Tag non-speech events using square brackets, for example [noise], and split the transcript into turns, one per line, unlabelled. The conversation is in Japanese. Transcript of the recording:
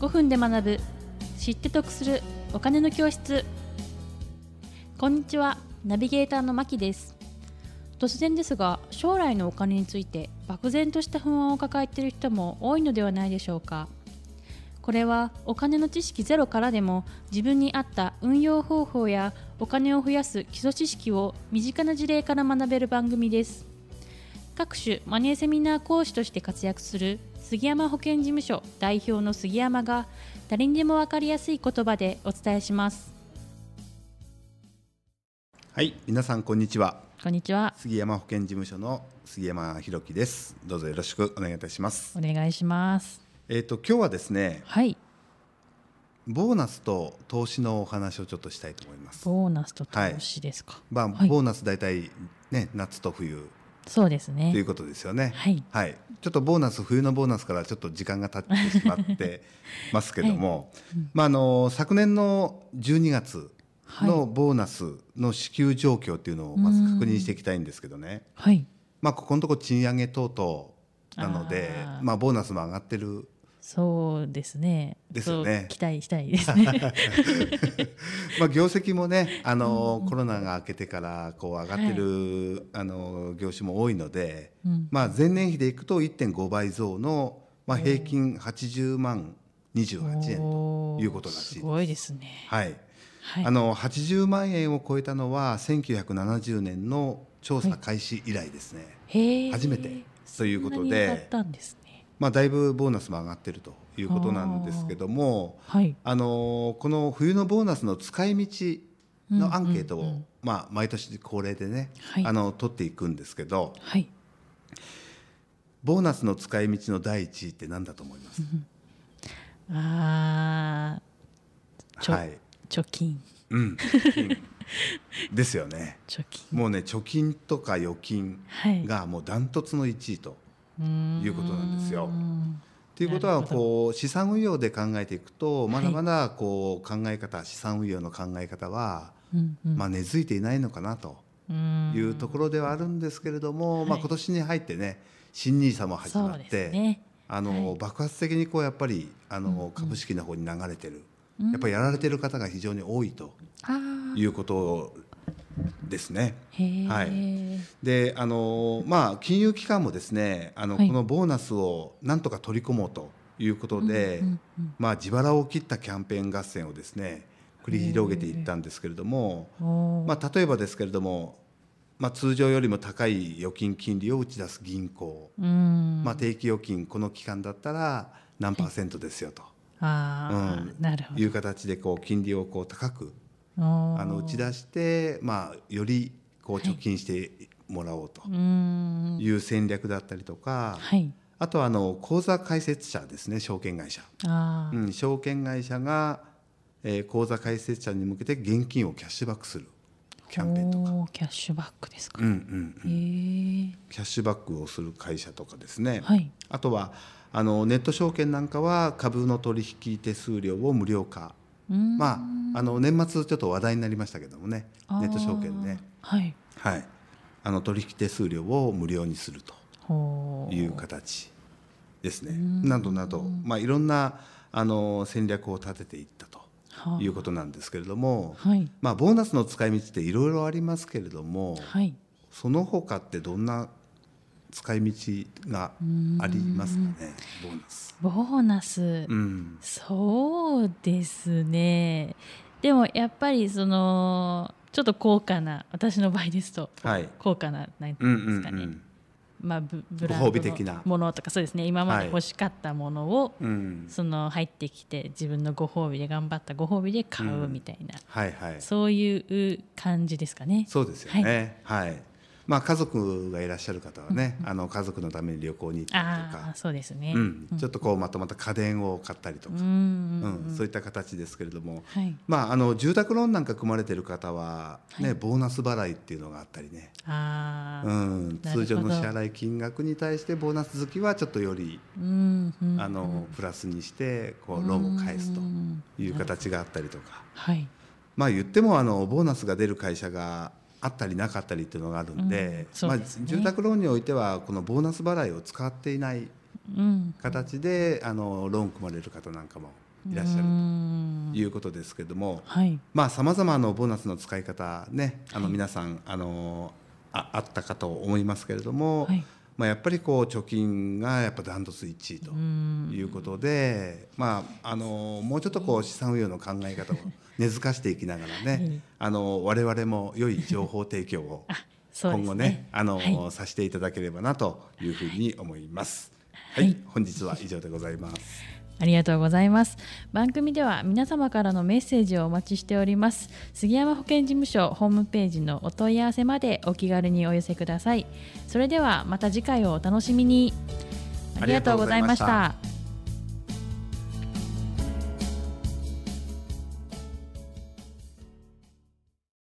5分で学ぶ知って得するお金の教室こんにちはナビゲーターのまきです突然ですが将来のお金について漠然とした不安を抱えている人も多いのではないでしょうかこれはお金の知識ゼロからでも自分に合った運用方法やお金を増やす基礎知識を身近な事例から学べる番組です各種マネーセミナー講師として活躍する杉山保険事務所代表の杉山が誰にでも分かりやすい言葉でお伝えします
はい、皆さんこんにちは。
こんにちは
杉山保険事務所の杉山弘樹です。どうぞよろしくお願いいたします
お。願いします
えっ、と今日はですね、
はい
ボーナスと投資のお話をちょっとしたいと思います。
ボーナスと投資ですか、
まあ、
はい
ボーナス大体ね夏と冬
そうです
という
ね
ことですよね。
はい
ちょっとボーナス冬のボーナスからちょっと時間が経ってしまってますけども、まああの昨年の12月のボーナスの支給状況っていうのをまず確認していきたいんですけどね。
はい
まあ、ここのとこ賃上げ等々なので
あー
まあ、ボーナスも上がってる
そうですね
ですよね
そう期待したいです
[laughs]
ね
まあ、業績もね、あのコロナが明けてからこう上がってる、あの業種も多いので、
うん
まあ、前年比でいくと1.5倍増の、まあ、平均80万28円ということらし
おーす
いです。
ごいですね
はい
はい
あの80万円を超えたのは1970年の調査開始以来ですね、
へえ
初めてということで
だったんですね
まあ、だいぶボーナスも上がってるということなんですけども、
はい
あのこの冬のボーナスの使い道のアンケートを、
うんうんうん
まあ、毎年恒例でね、
はい
あの取っていくんですけど
はい
ボーナスの使い道の第一位って何だと思います、
あーちょ
はい、
貯金
うん、ですよね
貯金
もうね貯金とか預金
はい
がもうダントツの1位と。い
いう
ことなんですよということ
な
は
るほど
こう資産運用で考えていくと
は
ま
い
だまだこう考え方、資産運用の考え方は、
うんうん
まあ、根付いていないのかなと
うん
いうところではあるんですけれども、
うんは
まあ、
い
今年に入ってね新ニーサも始ま
そうで
って、
すね。
あの
はい
爆発的にこうやっぱりあ
うんうん
の株式の方に流れてる、
や
やっぱりやられてる方が非常に多いと
あー
いうことですね。
へー
はいであのまあ、金融機関もですねあの、
はい
このボーナスをなんとか取り込もうということで、
うんうん
まあ、自腹を切ったキャンペーン合戦をですね繰り広げていったんですけれども、
うんおー
まあ、例えばですけれども、まあ、通常よりも高い預金金利を打ち出す銀行、
うん
まあ、定期預金この期間だったら何パーセントですよと
あー
う
なるほど
いう形でこう金利をこう高くあ
あ
の打ち出して、まあ、よりこう貯金してもらおうと
うん
いう戦略だったりとか、
はい
あとはあの口座開設者ですね証券会社、
あ
う
ー
ん、証券会社が、えー口座開設者に向けて現金をキャッシュバックするキャンペーンとか。
おーキャッシュバックですか
うんう
へ
ん
ー
キャッシュバックをする会社とかですね、
はい
あとはあのネット証券なんかは株の取引手数料を無料化、
うん
まあ、あの年末ちょっと話題になりましたけどもね
あー
ネット証券ね、
はい
はい、あの取引手数料を無料にすると
ほー
いう形ですね
うん
などなど、まあ、いろんなあの戦略を立てていったと
はあ
いうことなんですけれども、
はい
まあ、ボーナスの使い道っていろいろありますけれども、
はい
その他ってどんな使い道がありますかね、ボーナス。
ボーナス
うん、
そうですねでもやっぱりそのちょっと高価な私の場合ですと、
はい
高価な何て
う
言う
ん
んで
う
す
ん
か
う
ね、
ん
まあ、ブブランド
ご褒美的
の
な
ものとかそうですね今まで
はい
欲しかったものを、
うん、
その入ってきて自分のご褒美で頑張ったご褒美で買うみたいな、
はいはい
そういう感じですかね。
そうですよね、はいまあ、家族がいらっしゃる方はね、あの家族のために旅行に行ったりと
あ
か
あ、そうですね、
うん、ちょっとこうまとまった家電を買ったりと
う
か、
ん
うん
うんうん
そういった形ですけれども、
はい
まあ、あの住宅ローンなんか組まれてる方は、ねボーナス払いっていうのがあったりね、
あ
う
あ、
ん、
なるほど
通常の支払い金額に対してボーナス好きはちょっとより
うんうんうん
あのプラスにしてこうローンを返すという形があったりとか、
はい
まあ、言ってもあのボーナスが出る会社があったりなかったりっていうのがあるん
うん
で,、
そう
まあ、
ですね
住宅ローンにおいてはこのボーナス払いを使っていない
うん
形であのローン組まれる方なんかもいらっしゃるということですけども
はい
まあさまざまなボーナスの使い方ねあの
はい
皆さん、あのああったかと思いますけれども、
はい
まあ、やっぱりこう貯金がやっぱダントツ1位と
うん
いうことで、まあ、あのもうちょっとこう資産運用の考え方を根付かしていきながらね、
[laughs] はい
あの我々も良い情報提供を
そうですね
今後ねあの、
はい
させていただければなというふうに思います。
は
はいい、本日は以上でございます。
ありがとうございます。番組では皆様からのメッセージをお待ちしております。杉山保健事務所ホームページのお問い合わせまでお気軽にお寄せください。それではまた次回をお楽しみに。ありがとうございまし
ありがとうございま
た。